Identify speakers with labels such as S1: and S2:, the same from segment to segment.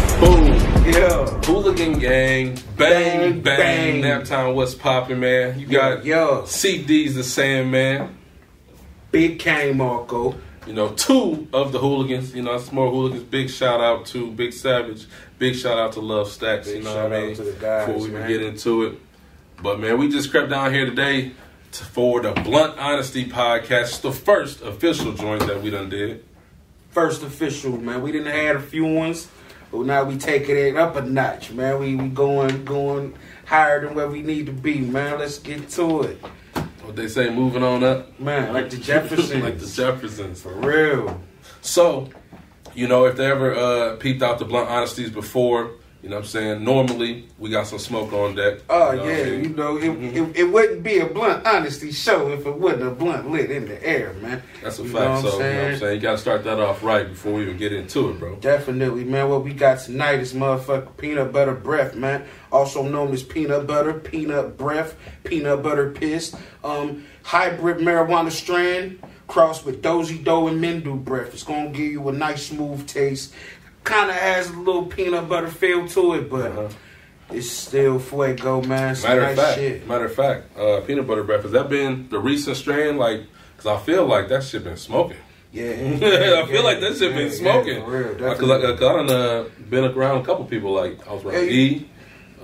S1: Boom.
S2: Yeah.
S1: Hooligan gang. Bang, bang.
S2: Bang, bang.
S1: Naptown, what's poppin', man? You got
S2: Yo.
S1: CD's the same, man.
S2: Big Kang Marco.
S1: You know, two of the hooligans. You know, it's more hooligans. Big shout out to Big Savage. Big shout out to Love Stacks. you
S2: Big
S1: know
S2: shout
S1: what I
S2: out
S1: mean?
S2: to the guys,
S1: Before we even
S2: man.
S1: get into it, but man, we just crept down here today to, for the Blunt Honesty podcast. It's the first official joint that we done did.
S2: First official, man. We didn't had a few ones, but now we taking it up a notch, man. We we going going higher than where we need to be, man. Let's get to it.
S1: What they say, moving on up,
S2: Man, like the Jeffersons.
S1: like the Jeffersons.
S2: For real.
S1: So, you know, if they ever uh, peeped out the Blunt Honesties before, you know what I'm saying? Normally, we got some smoke on deck.
S2: Oh
S1: You know what Mm-hmm. I
S2: yeah,
S1: mean?
S2: you know it, it. It wouldn't be a blunt honesty show if it wasn't a blunt lit in the air, man.
S1: That's a
S2: You know
S1: fact.
S2: what
S1: so,
S2: I'm
S1: you know what I'm
S2: saying?
S1: saying? You got to start that off right before we even get into it, bro.
S2: Definitely, man. What we got tonight is motherfucking peanut butter breath, man. Also known as peanut butter, peanut breath, peanut butter piss. Um, hybrid marijuana strand crossed with dozy dough and mendu breath. It's gonna give you a nice smooth taste. Kind of has a little peanut butter feel to it, but
S1: Uh-huh.
S2: it's still fuego, man. Some
S1: Matter
S2: nice
S1: of fact,
S2: shit.
S1: matter of fact, uh, peanut butter breath, has that been the recent strand? Like, because I feel like that shit been smoking.
S2: Yeah,
S1: I feel like that shit
S2: yeah,
S1: been
S2: yeah,
S1: smoking.
S2: for real,
S1: Because
S2: definitely.
S1: I, 'cause I done uh, been around a couple people, like, I was around
S2: Yeah, you-
S1: E. Um,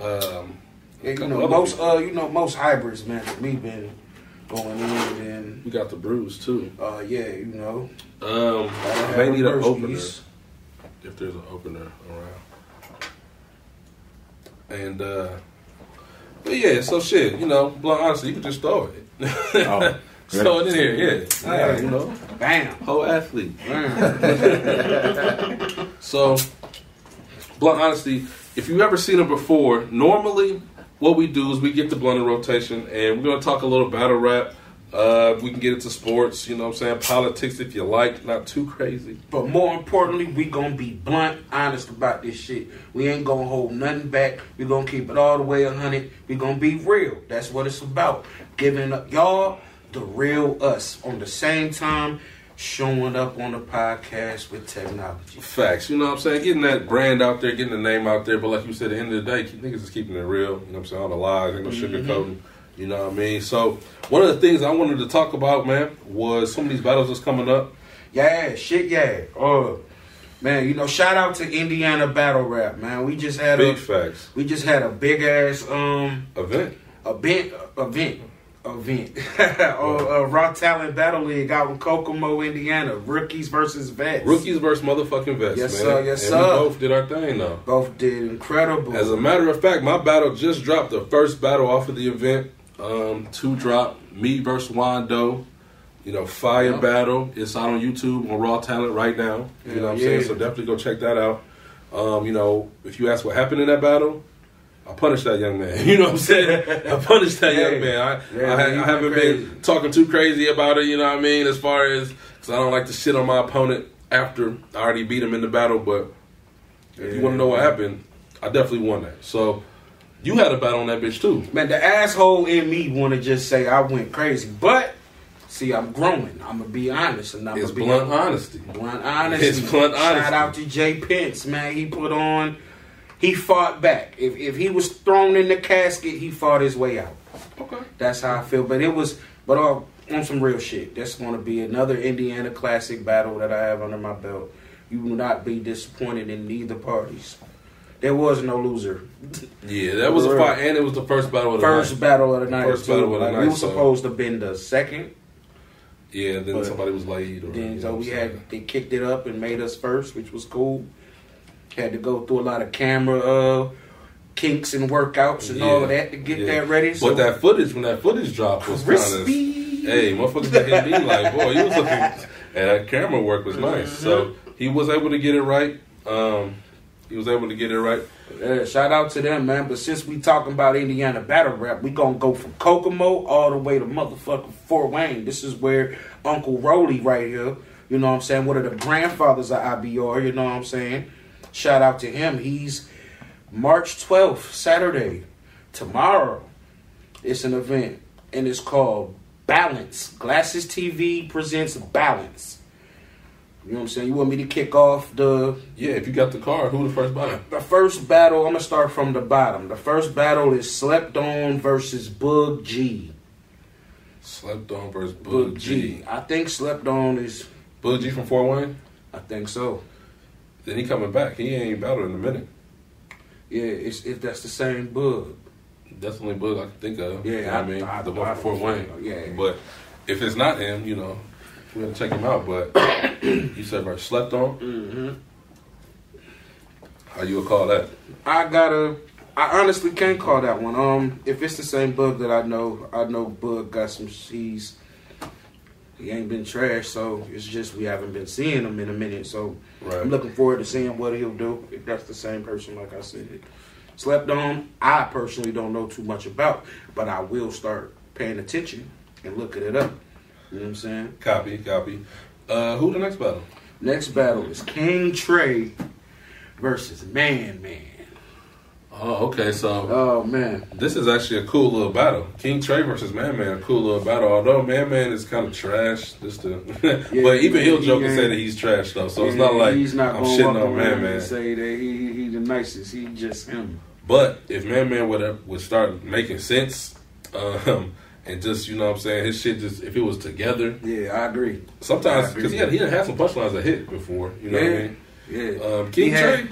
S2: Yeah, you
S1: Couple
S2: know
S1: other
S2: most
S1: people.
S2: uh you know most hybrids man for me been going in and
S1: we got the brews, too.
S2: uh yeah you know
S1: Um,
S2: I
S1: I may need an
S2: reverse
S1: opener.
S2: these.
S1: if there's an opener around. And uh but yeah, so shit, you know, blunt honestly, you can just throw it.
S3: Oh,
S1: throw it in here, yeah.
S2: Yeah.
S1: Yeah, you know.
S2: bam
S1: Whole athlete.
S2: bam
S1: So, blunt honesty, if you ever seen it before, normally what we do is we get the blunt in rotation and we're going to talk a little battle rap. Uh, we can get into sports, you know what I'm saying? Politics if you like, not too crazy.
S2: but more importantly we gonna be blunt honest about this shit we ain't gonna hold nothing back we gonna keep it all the way a hundred we gonna be real that's what it's about giving up y'all the real us on the same time showing up on the podcast with technology
S1: Facts, you know what I'm saying? Getting that brand out there, getting the name out there, but like you said, at the end of the day, keep, niggas is keeping it real. You know what I'm saying? All the lies, ain't no sugarcoating. You know what I mean? So one of the things I wanted to talk about, man, was some of these battles that's coming up.
S2: Yeah, shit, yeah. Oh, man, you know, shout out to Indiana Battle Rap, man. We just had
S1: Big
S2: a
S1: facts.
S2: we just had a big ass um
S1: Event.
S2: event event event or uh, Rock Talent Battle League out in Kokomo, Indiana. Rookies versus vets.
S1: Rookies versus motherfucking vets,
S2: Yes,
S1: man.
S2: sir, yes,
S1: and
S2: sir.
S1: we both did our thing though.
S2: both did incredible.
S1: As a matter of fact, my battle just dropped the first battle off of the event. Um, two drop, me versus Wando. You know, fire
S2: Yeah.
S1: battle. It's out on YouTube on Raw Talent right now. You know what I'm
S2: Yeah.
S1: saying? So definitely go check that out. Um, you know, if you ask what happened in that battle, I punished that young man. You know what I'm saying? I punished that
S2: Yeah.
S1: young man. I,
S2: Yeah,
S1: I,
S2: you
S1: I haven't
S2: went crazy.
S1: been talking too crazy about it. You know what I mean? As far as because I don't like to shit on my opponent after I already beat him in the battle, but if you want to know what happened, I definitely won that. So you had a battle on that bitch too.
S2: Man, the asshole in me want to just say I went crazy, but see, I'm growing. I'm gonna be honest, and I'm
S1: It's
S2: gonna be
S1: blunt honesty.
S2: Blunt honesty.
S1: It's blunt
S2: Shout
S1: honesty.
S2: out to Jay Pence, man. He put on. He fought back. If if he was thrown in the casket, he fought his way out.
S1: Okay.
S2: That's how I feel. But it was. But uh, on some real shit. That's going to be another Indiana classic battle that I have under my belt. You will not be disappointed in neither parties. There was no loser.
S1: Yeah, that was a
S2: Right.
S1: fight, and it was the first battle of the
S2: First
S1: night.
S2: battle of the night.
S1: First
S2: too.
S1: battle of the
S2: Like,
S1: night,
S2: We were
S1: so-
S2: supposed to been the second.
S1: Yeah, then
S2: But-
S1: somebody was late. Or, you
S2: Then
S1: know
S2: so
S1: what
S2: we
S1: I'm saying.
S2: had they kicked it up and made us first, which was cool. Had to go through a lot of camera uh, kinks and workouts and all
S1: Yeah,
S2: of that to get
S1: yeah.
S2: that ready. So
S1: But that footage, when that footage dropped, was kind of
S2: crispy.
S1: hey, motherfuckers looked at me like, boy, you was looking, and that camera work was nice. So he was able to get it right. Um, he was able to get it right.
S2: Yeah, Uh, shout out to them, man. But since we talking about Indiana battle rap, we gonna go from Kokomo all the way to motherfucking Fort Wayne. This is where Uncle Roly right here. You know what I'm saying? One of the grandfathers of IBR. You know what I'm saying? Shout out to him. He's March 12th, Saturday, tomorrow. It's an event, and it's called Balance. Glasses TV presents Balance. You know what I'm saying? You want me to kick off the
S1: Yeah, if you got the card, who the first battle?
S2: the first battle? I'm gonna start from the bottom. The first battle is Slept On versus Bug G.
S1: Slept on versus Bug
S2: Bug
S1: G.
S2: G. I think Slept On is.
S1: Bug G from Fort Wayne.
S2: I think so.
S1: Then he coming back. He ain't battled in a minute.
S2: Yeah, it's if that's the same Bug.
S1: That's the only Bug I can think of.
S2: Yeah,
S1: You know what
S2: I-
S1: I, mean
S2: I-
S1: the one
S2: I-
S1: from Fort Wayne.
S2: yeah.
S1: but if it's not him, you know, we gotta check him out. But you said versus slept on.
S2: Mm-hmm.
S1: How you would call that?
S2: I gotta. I honestly can't call that one. Um, if it's the same bug that I know, I know Bug got some. He's he ain't been trash, so it's just we haven't been seeing him in a minute. So
S1: Right.
S2: I'm looking forward to seeing what he'll do if that's the same person, like I said. Slept on. I personally don't know too much about, but I will start paying attention and looking it up. You know what I'm saying?
S1: Copy, copy. Uh, who the next battle?
S2: Next battle is King Trey versus Man Man.
S1: Oh, okay. So
S2: Oh man.
S1: This is actually a cool little battle. King Trey versus Man Man, a cool little battle. Although Man Man is kind of trash, just to, but even he'll
S2: he
S1: joke and say
S2: ain't-
S1: that he's trash though. So it's
S2: Yeah,
S1: not like
S2: he's not
S1: I'm
S2: gonna
S1: shitting
S2: walk
S1: on Man
S2: around
S1: Man.
S2: and say that he he the nicest. He just him.
S1: But if Man Man would have- would start making sense, um, and just you know what I'm saying, his shit just if it was together.
S2: Yeah, I agree.
S1: Sometimes
S2: I agree.
S1: because he had he done had some punchlines that hit before, you know
S2: Yeah. Yeah,
S1: what I mean. Um,
S2: He
S1: King
S2: had-
S1: Trey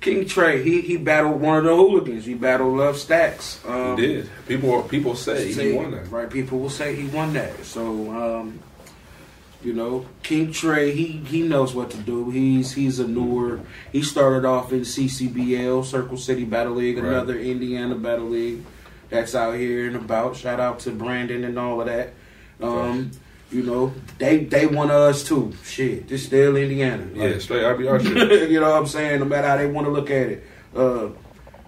S2: King Trey. He he battled one of the hooligans. He battled Love Stacks. Um,
S1: he did. People people say he
S2: say-
S1: won that.
S2: Right, people will say he won that. So, um, you know, King Trey, he he knows what to do. He's he's a newer. He started off in CCBL, Circle City Battle League,
S1: Right.
S2: another Indiana Battle League that's out here and about. Shout out to Brandon and all of that. Um, you know, they they want us too. Shit, this still Indiana. Like,
S1: Yeah, straight IBR shit.
S2: you know what I'm saying? No matter how they want to look at it. Uh,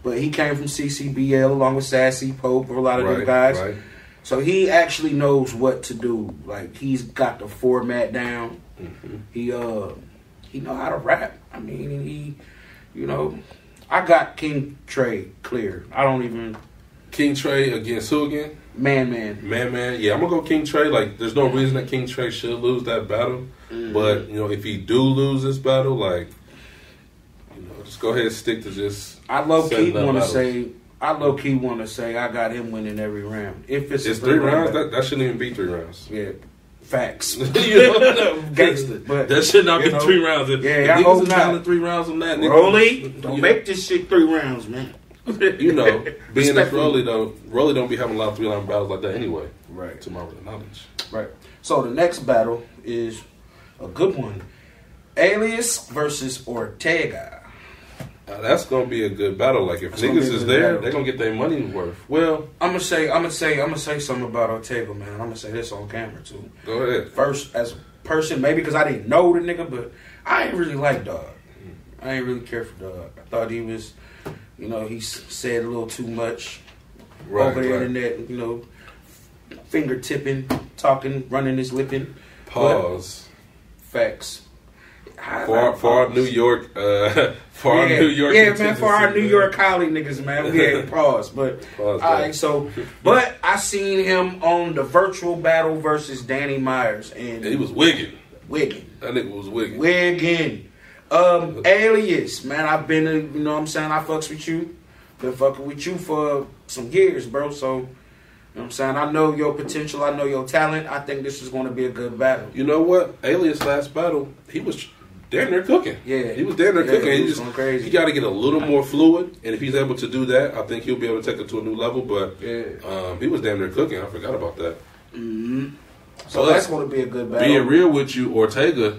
S2: but he came from CCBL along with Sassy Pope or a lot of them
S1: Right,
S2: guys.
S1: right.
S2: So he actually knows what to do. Like he's got the format down.
S1: Mm-hmm.
S2: He uh he know how to rap. I mean he you know I got King Trey clear. I don't even
S1: King Trey against who again?
S2: man man.
S1: Man, man, yeah, I'm gonna go King Trey. Like, there's no reason that King Trey should lose that battle.
S2: Mm-hmm.
S1: But you know, if he do lose this battle, like, you know, just go ahead and stick to just.
S2: I low key
S1: setting up
S2: want to
S1: battles.
S2: say I low key want to say I got him winning every round. If it's, a
S1: it's three
S2: three-round
S1: rounds.
S2: battle.
S1: That, that shouldn't even be three rounds.
S2: yeah, facts.
S1: You know?
S2: Gangster, but-
S1: that should not be
S2: you know,
S1: three rounds. If,
S2: yeah,
S1: if
S2: I
S1: niggas
S2: hope
S1: is
S2: not.
S1: battling three rounds on that. nigga-
S2: Rolly,
S1: you know,
S2: don't make this shit three rounds, man.
S1: You know, being that
S2: Respectfully.
S1: Rolly though, Rolly don't be having a lot of three round battles like that anyway.
S2: Right.
S1: To my knowledge.
S2: Right. So the next battle is a good one. Alias versus Ortega.
S1: Now, Uh, that's gonna be a good battle. Like if
S2: That's gonna
S1: niggas
S2: be a
S1: is
S2: good
S1: there,
S2: battle.
S1: they gonna get their money worth.
S2: Well, I'm gonna say I'm gonna say I'm gonna say something about Ortega, man. I'm gonna say this on camera too.
S1: Go ahead.
S2: First, as a person, maybe because I didn't know the nigga, but I ain't really like dog. I ain't really care for dog. I thought he was, you know, he s- said a little too much over the internet. You know, finger tipping, talking, running his lipping.
S1: Pause.
S2: Facts. I
S1: For our,
S2: like
S1: for our
S2: pause.
S1: New York, uh, for our
S2: yeah,
S1: New York,
S2: yeah, man, for our
S1: contingency,
S2: New
S1: man.
S2: York colleague niggas, man, we had pause, but
S1: Pause,
S2: all
S1: man.
S2: right, so, but I seen him on the virtual battle versus Danny Myers and
S1: he was wigging.
S2: Wiggin,
S1: That nigga was wigging.
S2: Wiggin, um, Alias, man, I've been, a, you know, what I'm saying I fucks with you, been fucking with you for some years, bro, so. You know what I'm saying? I know your potential. I know your talent. I think this is going to be a good battle.
S1: You know what? Alias last battle, he was damn near cooking.
S2: Yeah.
S1: he was damn near
S2: Yeah,
S1: cooking.
S2: he
S1: He
S2: was
S1: just
S2: going crazy.
S1: He got to get a little more fluid, and if he's able to do that, I think he'll be able to take it to a new level. But
S2: Yeah.
S1: um, he was damn near cooking. I forgot about that.
S2: So that's going to be a good battle.
S1: being real with you, Ortega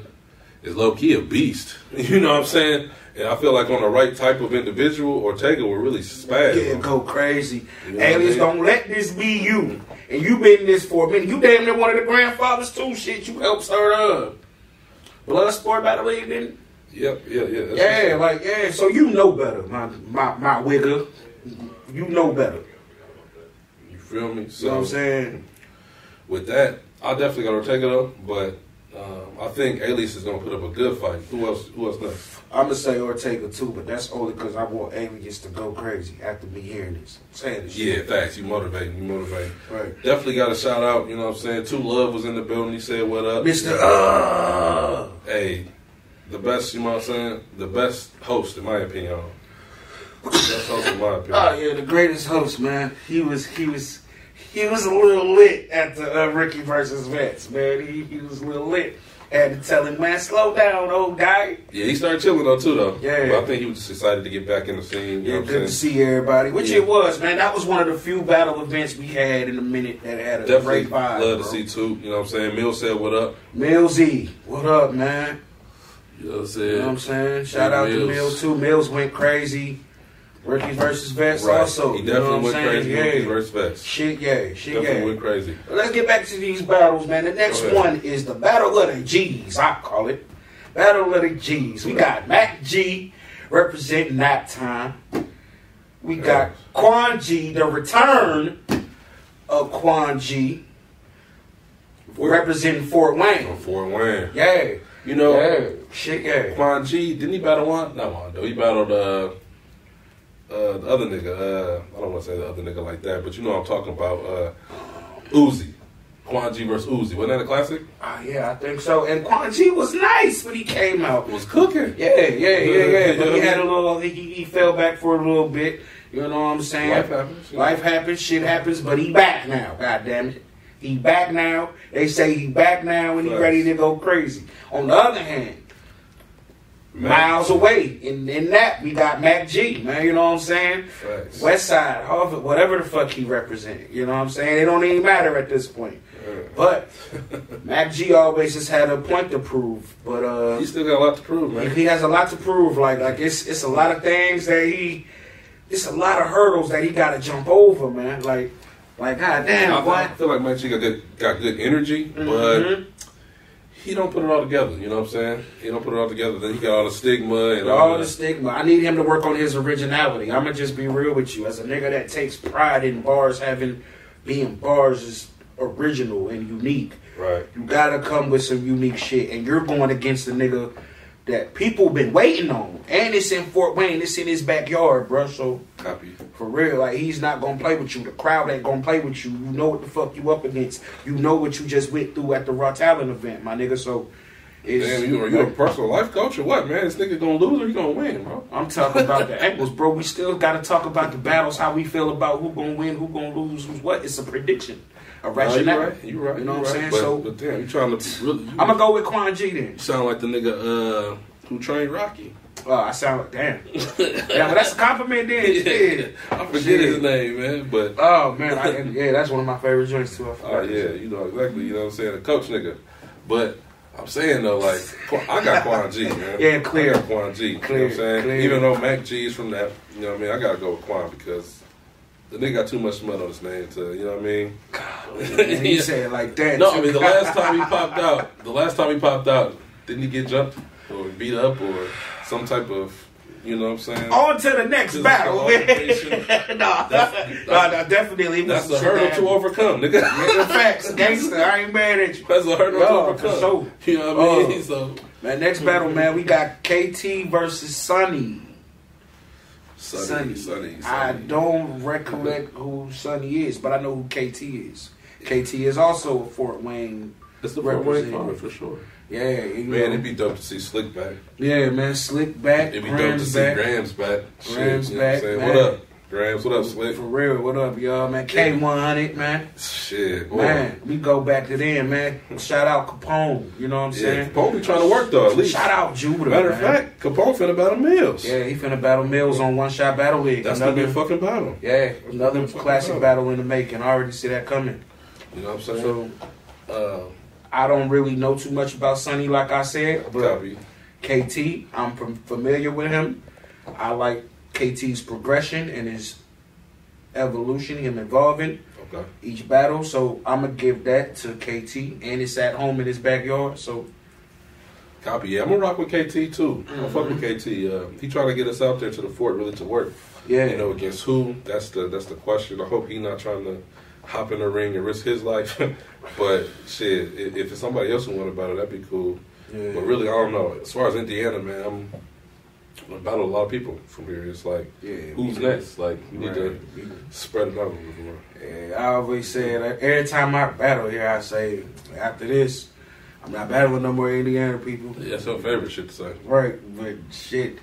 S1: is low key a beast. You know what I'm saying? And I feel like on the right type of individual, Ortega will really spaz.
S2: Yeah, go crazy.
S1: You know what
S2: Aliens
S1: I mean?
S2: don't let this be you. And you been in this for a minute. You damn near one of the grandfathers too. Shit, you helped start up. Blood sport by the way, then.
S1: Yep, yeah, yeah. that's what's
S2: Yeah, like yeah. So you know better, my my my wigger. You know better.
S1: You feel me? So
S2: You know what I'm saying?
S1: with that, I definitely got Ortega though, but Um, I think Alias is gonna put up a good fight. Who else? Who else next?
S2: I'm gonna say Ortega too, but that's only because I want aliens to go crazy after me hearing this, saying this.
S1: Yeah, facts. You motivating. You motivating.
S2: Right.
S1: Definitely got a shout out. You know what I'm saying? Two Love was in the building. He said, "What up,
S2: Mr. Uh,
S1: Hey, the best. You know what I'm saying? The best host, in my opinion. Best host, in my opinion.
S2: oh yeah, the greatest host, man. He was, he was, he was a little lit at the uh, Ricky versus Vince, man. He, he was a little lit. Had to tell him, man, slow down, old guy.
S1: Yeah, he started chilling though too though.
S2: Yeah.
S1: But I think he was just excited to get back in the scene. You
S2: Yeah,
S1: know what
S2: good
S1: I'm
S2: to
S1: saying?
S2: see everybody. Which
S1: Yeah.
S2: it was, man. That was one of the few battle events we had in a minute that had a
S1: Definitely
S2: great vibe.
S1: love to
S2: bro.
S1: see too. You know what I'm saying? Mill said what up.
S2: Mill Z, what up, man?
S1: You know what I'm
S2: You know what
S1: saying?
S2: I'm saying? Shout out to
S1: Mills.
S2: Mills too. Mills went crazy. Ricky versus Vest
S1: Right.
S2: also.
S1: he
S2: you know
S1: definitely
S2: what
S1: went
S2: I'm
S1: crazy with
S2: saying?
S1: the
S2: Yeah.
S1: verse Vex.
S2: Shit, yeah. Shit,
S1: Definitely
S2: yeah.
S1: went crazy.
S2: But let's get back to these battles, man. The next
S1: Go ahead.
S2: one is the Battle of the G's, I call it. Battle of the G's. We got Mac G representing that time. We got Quan G, the return of Quan G representing Fort
S1: From
S2: Wayne.
S1: Fort Wayne.
S2: Yeah.
S1: You know,
S2: Yeah. Shit, yeah.
S1: Quan G, didn't he battle one? Not one though. He battled uh, uh, the other nigga. Uh, I don't want to say the other nigga like that, but you know what I'm talking about. Uh, Uzi. Quan G versus Uzi. Wasn't that a classic?
S2: Ah, yeah, I think so. And Quan G was nice when he came out.
S1: was cooking.
S2: Yeah, yeah, yeah, yeah. But he
S1: Yeah.
S2: had a little. He, he fell back for a little bit. You know what I'm saying?
S1: Life happens, yeah.
S2: Life happens. Shit happens. But he back now. God damn it. He back now. They say he back now, and he
S1: Facts.
S2: ready to go crazy. On the other hand,
S1: Man.
S2: miles away, in in that we got Mac G. Man, you know what I'm saying?
S1: Facts.
S2: West Side, Harvard, whatever the fuck he represented. You know what I'm saying? It don't even matter at this point. But Mac G always has had a point to prove. But uh,
S1: He still got a lot to prove, man.
S2: he has a lot to prove. Like like it's it's a lot of things that he, it's a lot of hurdles that he got to jump over, man. Like like god
S1: I,
S2: damn,
S1: I
S2: what?
S1: feel like Mike G got good, got good energy, but he don't put it all together. You know what I'm saying? He don't put it all together. Then he got all the stigma and all,
S2: All the stigma. I need him to work on his originality. I'm gonna just be real with you, as a nigga that takes pride in bars, having being bars is original and unique.
S1: Right.
S2: You gotta come with some unique shit, and you're going against a nigga that people been waiting on, and it's in Fort Wayne, it's in his backyard, bro. So
S1: Copy.
S2: For real, like he's not gonna play with you. The crowd ain't gonna play with you. You know what the fuck you up against. You know what you just went through at the Raw Talent event, my nigga. So, it's,
S1: Damn, you are you a personal life coach or what, man? This nigga gonna lose or you gonna win, bro?
S2: I'm talking about the angles, bro. We still gotta talk about the battles, how we feel about who gonna win, who gonna lose, who's what. It's a prediction, a rationale.
S1: you right. You right.
S2: You know
S1: you
S2: what I'm
S1: right.
S2: saying?
S1: But,
S2: so
S1: but damn, you trying to really? You
S2: I'm gonna go with Quan G then.
S1: sound like the nigga uh, who trained Rocky.
S2: Oh, I sound like damn. yeah, but that's a compliment then. shit.
S1: I forget
S2: Shit.
S1: his name, man. But
S2: Oh man, I, and, yeah, that's one of my favorite joints too. I forgot
S1: Oh
S2: to
S1: yeah, you know exactly. You know what I'm saying, a coach nigga. But I'm saying though, like Quan- I got Quan G, man.
S2: Yeah, clear.
S1: I got Quan G. you know
S2: Clear,
S1: what I'm saying,
S2: clear.
S1: even though Mac G is from that, you know what I mean. I gotta go with Quan because the nigga got too much mud on his name to, you know what I mean.
S2: And he said it like that.
S1: No, I mean the last time he popped out, the last time he popped out, didn't he get jumped or beat up or some type of, you know what I'm saying?
S2: On to the next
S1: This
S2: battle.
S1: is an altercation.
S2: no, no, no, definitely. it was
S1: That's a
S2: some shit
S1: hurdle
S2: that
S1: to overcome, nigga.
S2: happened. Facts, gangster. I ain't mad at you.
S1: That's a hurdle to
S2: No, Oh, for
S1: overcome.
S2: sure.
S1: You know what I mean?
S2: Oh.
S1: So,
S2: Man, next battle, man, we got KT versus Sonny.
S1: sunny, sunny, sunny.
S2: I don't recollect who Sonny is, but I know who KT is. KT is also a Fort Wayne.
S1: It's the Fort Wayne
S2: Represent.
S1: Farmer for sure.
S2: Yeah, you
S1: Man,
S2: know.
S1: it'd be dope to see Slick back.
S2: yeah, man, slick back,
S1: It'd be dope to
S2: Graham's
S1: see
S2: back.
S1: Grams back. Shit,
S2: Grams
S1: you know what
S2: back,
S1: I'm saying?
S2: man.
S1: What up, Grams? What up, Slick?
S2: For real, what up, y'all, man? K one hundred, man.
S1: Shit, boy.
S2: Man, we go back to then, man. Shout out Capone. You know what I'm
S1: Yeah,
S2: saying?
S1: Capone be trying to work though. At least.
S2: Shout out Jupiter.
S1: Matter of
S2: man.
S1: fact, Capone finna battle Mills.
S2: Yeah, he finna battle Mills on one shot battle league.
S1: That's gonna be
S2: another,
S1: a fucking battle.
S2: yeah, another
S1: gonna be a
S2: classic
S1: fucking
S2: battle in the making. I already see that coming.
S1: You know what I'm saying?
S2: So
S1: So, uh,
S2: I don't really know too much about Sonny, like I said,
S1: uh,
S2: but
S1: copy.
S2: KT, I'm fam- familiar with him. I like KT's progression and his evolution, him evolving
S1: Okay.
S2: each battle. So I'm gonna give that to KT, and it's at home in his backyard. So
S1: Copy. Yeah, I'm gonna rock with KT too. I'm fuck with KT. Uh, he trying to get us out there to the fort, really to work.
S2: yeah,
S1: You know, against who? That's the that's the question. I hope he not trying to hop in the ring and risk his life. but shit, if, if it's somebody else who won about it, that'd be cool.
S2: Yeah.
S1: But really, I don't know. As far as Indiana, man, I'm gonna battle a lot of people from here. It's like,
S2: Yeah,
S1: who's
S2: we-
S1: next? Like, we need to
S2: Right.
S1: spread it out a little more.
S2: Yeah, I always say that every time I battle here, I say after this, I'm not battling no more Indiana people.
S1: Yeah, that's your favorite shit to say.
S2: Right, but shit.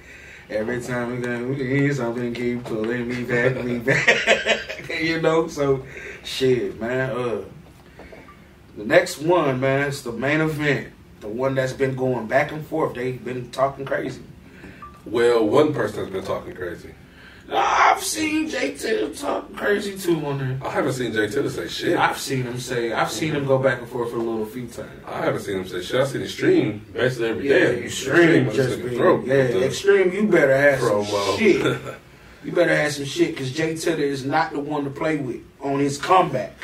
S2: Every time we can we can hear something, keep pulling me back, me back. you know, so shit, man. Uh, the next one, man, it's the main event, the one that's been going back and forth. They've been talking crazy.
S1: Well, one person has been talking crazy.
S2: I've seen Jake Tatum talk crazy too on there.
S1: I haven't seen Jay Tiller say shit.
S2: I've seen him say, I've seen him go back and forth a little few times.
S1: I haven't seen him say shit. I seen him stream basically every
S2: Yeah,
S1: day.
S2: extreme
S1: on
S2: just
S1: this nigga
S2: being,
S1: throat.
S2: yeah,
S1: The-
S2: extreme. You better have some
S1: Promo.
S2: shit. You better have some shit because Jay Tiller is not the one to play with on his comeback.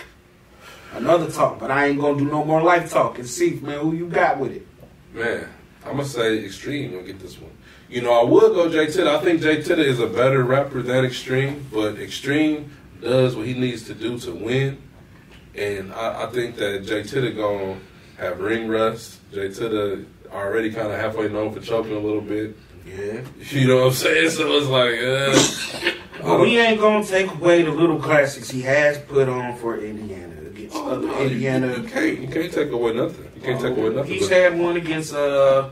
S2: Another talk, but I ain't gonna do no more life talk and see, man, who you got with it.
S1: Man, I'm gonna say Extreme gonna get this one. You know, I would go Jay Titta. I think Jay Titta is a better rapper than Extreme, but Extreme does what he needs to do to win. And I, I think that Jay Titta gonna have ring rust. Jay Titta already kind of halfway known for choking a little bit.
S2: Yeah,
S1: You know what I'm saying? So it's like, uh, I
S2: but
S1: don't-
S2: we ain't gonna take away the little classics he has put on for Indiana against
S1: Oh,
S2: other
S1: no, you-
S2: Indiana.
S1: You, can't, you can't take away nothing. You can't take away nothing.
S2: He's
S1: but-
S2: had one against uh.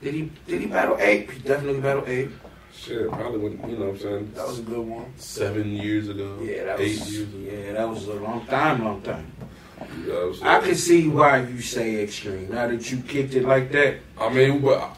S2: Did he did he battle Ape? He definitely battled Ape.
S1: shit, probably when, you know what I'm saying?
S2: That was a good one.
S1: seven years ago.
S2: Yeah, that
S1: eight
S2: was
S1: years ago.
S2: yeah, that was a long time, long time.
S1: You know what I'm saying?
S2: I can see why you say extreme. Now that you kicked it like that,
S1: I mean, but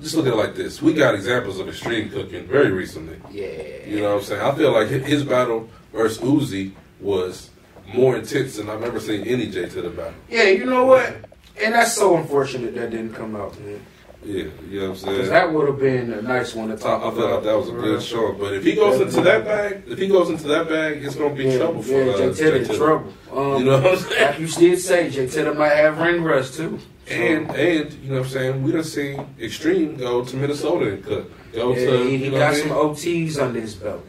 S1: just look at it like this. We got examples of extreme cooking very recently.
S2: yeah,
S1: You know what I'm saying? I feel like hi- his battle versus Uzi was more intense than I've ever seen any J to the battle.
S2: yeah. You know what? And that's so unfortunate that didn't come out, man.
S1: Yeah, you know what I'm saying?
S2: Because that would have been a nice one to
S1: I,
S2: talk
S1: I feel
S2: about.
S1: like that was a good show. But if he goes into that bag, if he goes into that bag, it's gonna be
S2: Yeah,
S1: trouble for
S2: yeah,
S1: uh,
S2: Jay Tedder in
S1: Tedder.
S2: trouble. Um,
S1: You know what I'm saying?
S2: like you did say, Jay Tedder might have ring rust too. So,
S1: And and you know what I'm saying? We done seen Extreme go to Minnesota and cook. Go
S2: yeah,
S1: to
S2: he, he
S1: you know
S2: got
S1: what I
S2: some
S1: mean?
S2: OTs under his belt.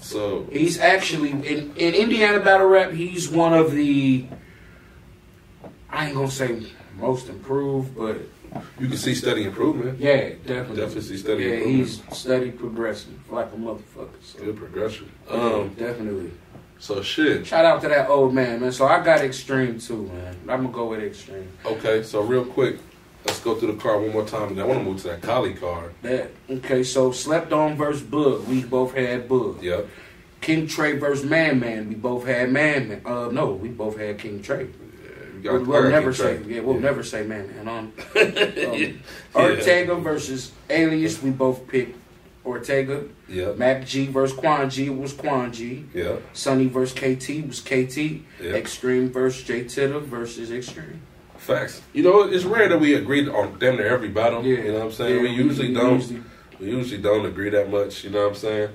S1: so
S2: He's actually in, in Indiana battle rap. He's one of the I ain't gonna say most improved, but
S1: you can see steady improvement.
S2: Yeah, definitely.
S1: Definitely steady
S2: Yeah,
S1: improvement.
S2: he's steady progressing like a motherfucker. So.
S1: Good progression.
S2: Um,
S1: Um,
S2: definitely.
S1: so shit.
S2: Shout out to that old man, man. So I got extreme too, man. I'm gonna go with extreme.
S1: Okay, so real quick, let's go through the card one more time. And I want to move to that collie card.
S2: That okay? So slept on versus Bug. We both had Bug.
S1: Yep.
S2: King Trey versus Man Man. We both had Man Man. Uh, no, we both had King Trey.
S1: You got
S2: We'll,
S1: the
S2: we'll
S1: card,
S2: never
S1: King
S2: say.
S1: Trey.
S2: Yeah, we'll never say Man Man. Um, um, Ortega versus Alias. We both picked Ortega.
S1: Yep.
S2: Mac G versus Quan G was Quan G.
S1: Yep.
S2: Sonny versus KT was KT.
S1: Yeah.
S2: Extreme versus Jay Titter versus Extreme.
S1: Facts. You know, it's rare that we agree on damn near every battle.
S2: Yeah.
S1: You know what I'm saying? we
S2: Yeah,
S1: usually
S2: we
S1: don't.
S2: usually-
S1: we usually don't agree that much. You know what I'm saying?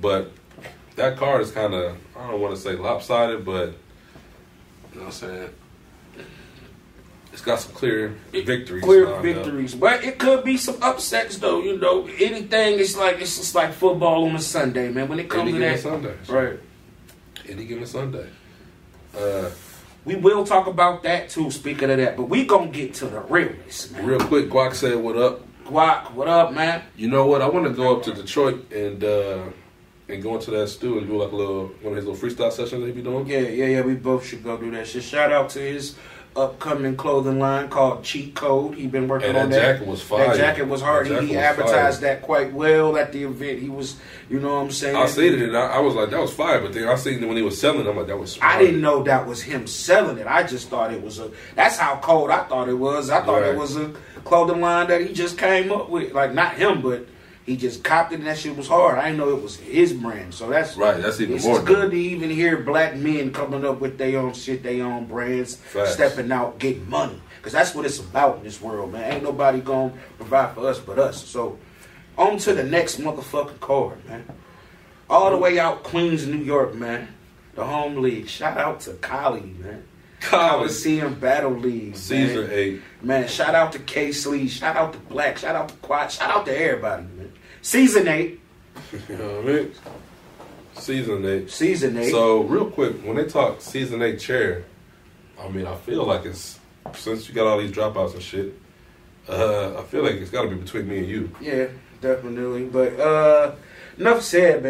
S1: But that card is kind of I don't want to say lopsided, but you know what I'm saying. It's got some clear victories.
S2: Clear
S1: lined up.
S2: victories, but it could be some upsets though. You know, anything it's like it's just like football on a Sunday, man. When it comes
S1: Any
S2: to
S1: given
S2: that,
S1: Sunday.
S2: right?
S1: Any given Sunday. Uh,
S2: We will talk about that too. Speaking of that, but we gonna get to the realness, man.
S1: real quick, Guac said, "What up?"
S2: Guac, what up, man?
S1: You know what? I want to go up to Detroit and uh, and go into that stew and do like a little one of his little freestyle sessions that he be doing.
S2: Yeah, yeah, yeah. We both should go do that shit. Shout out to his upcoming clothing line called Cheat Code. He been working
S1: And
S2: on
S1: that
S2: that.
S1: jacket was fire.
S2: That jacket was hard.
S1: That
S2: he
S1: jacket was
S2: advertised
S1: fire.
S2: that quite well at the event. He was, you know what I'm saying?
S1: I seen it and I, I was like, that was fire. But then I seen it when he was selling, it, I'm like, that was.
S2: I
S1: Smart.
S2: didn't know that was him selling it. I just thought it was a. That's how cold I thought it was. I thought
S1: Right.
S2: it was a clothing line that he just came up with. Like not him, but he just copped it. and That shit was hard. I didn't know it was his brand. So that's
S1: Right, that's even
S2: It's
S1: more
S2: good to even hear black men coming up with their own shit, their own brands,
S1: Facts.
S2: stepping out, getting money. Because that's what it's about in this world, man. Ain't nobody going to provide for us but us. So, on to the next motherfucking card, man. All the way out Queens, New York, man. The home league. Shout out to Collie, man.
S1: Collie.
S2: Coliseum Battle League.
S1: Caesar
S2: man.
S1: ate.
S2: Man, shout out to K Slee. Shout out to Black. Shout out to Quad. Shout out to everybody, man. Season 8.
S1: You know what I mean? season eight.
S2: Season eight.
S1: So real quick, when they talk season eight chair, I mean, I feel like it's since you got all these dropouts and shit. Uh, I feel like it's got to be between me and you.
S2: yeah, definitely. But uh, enough said, man.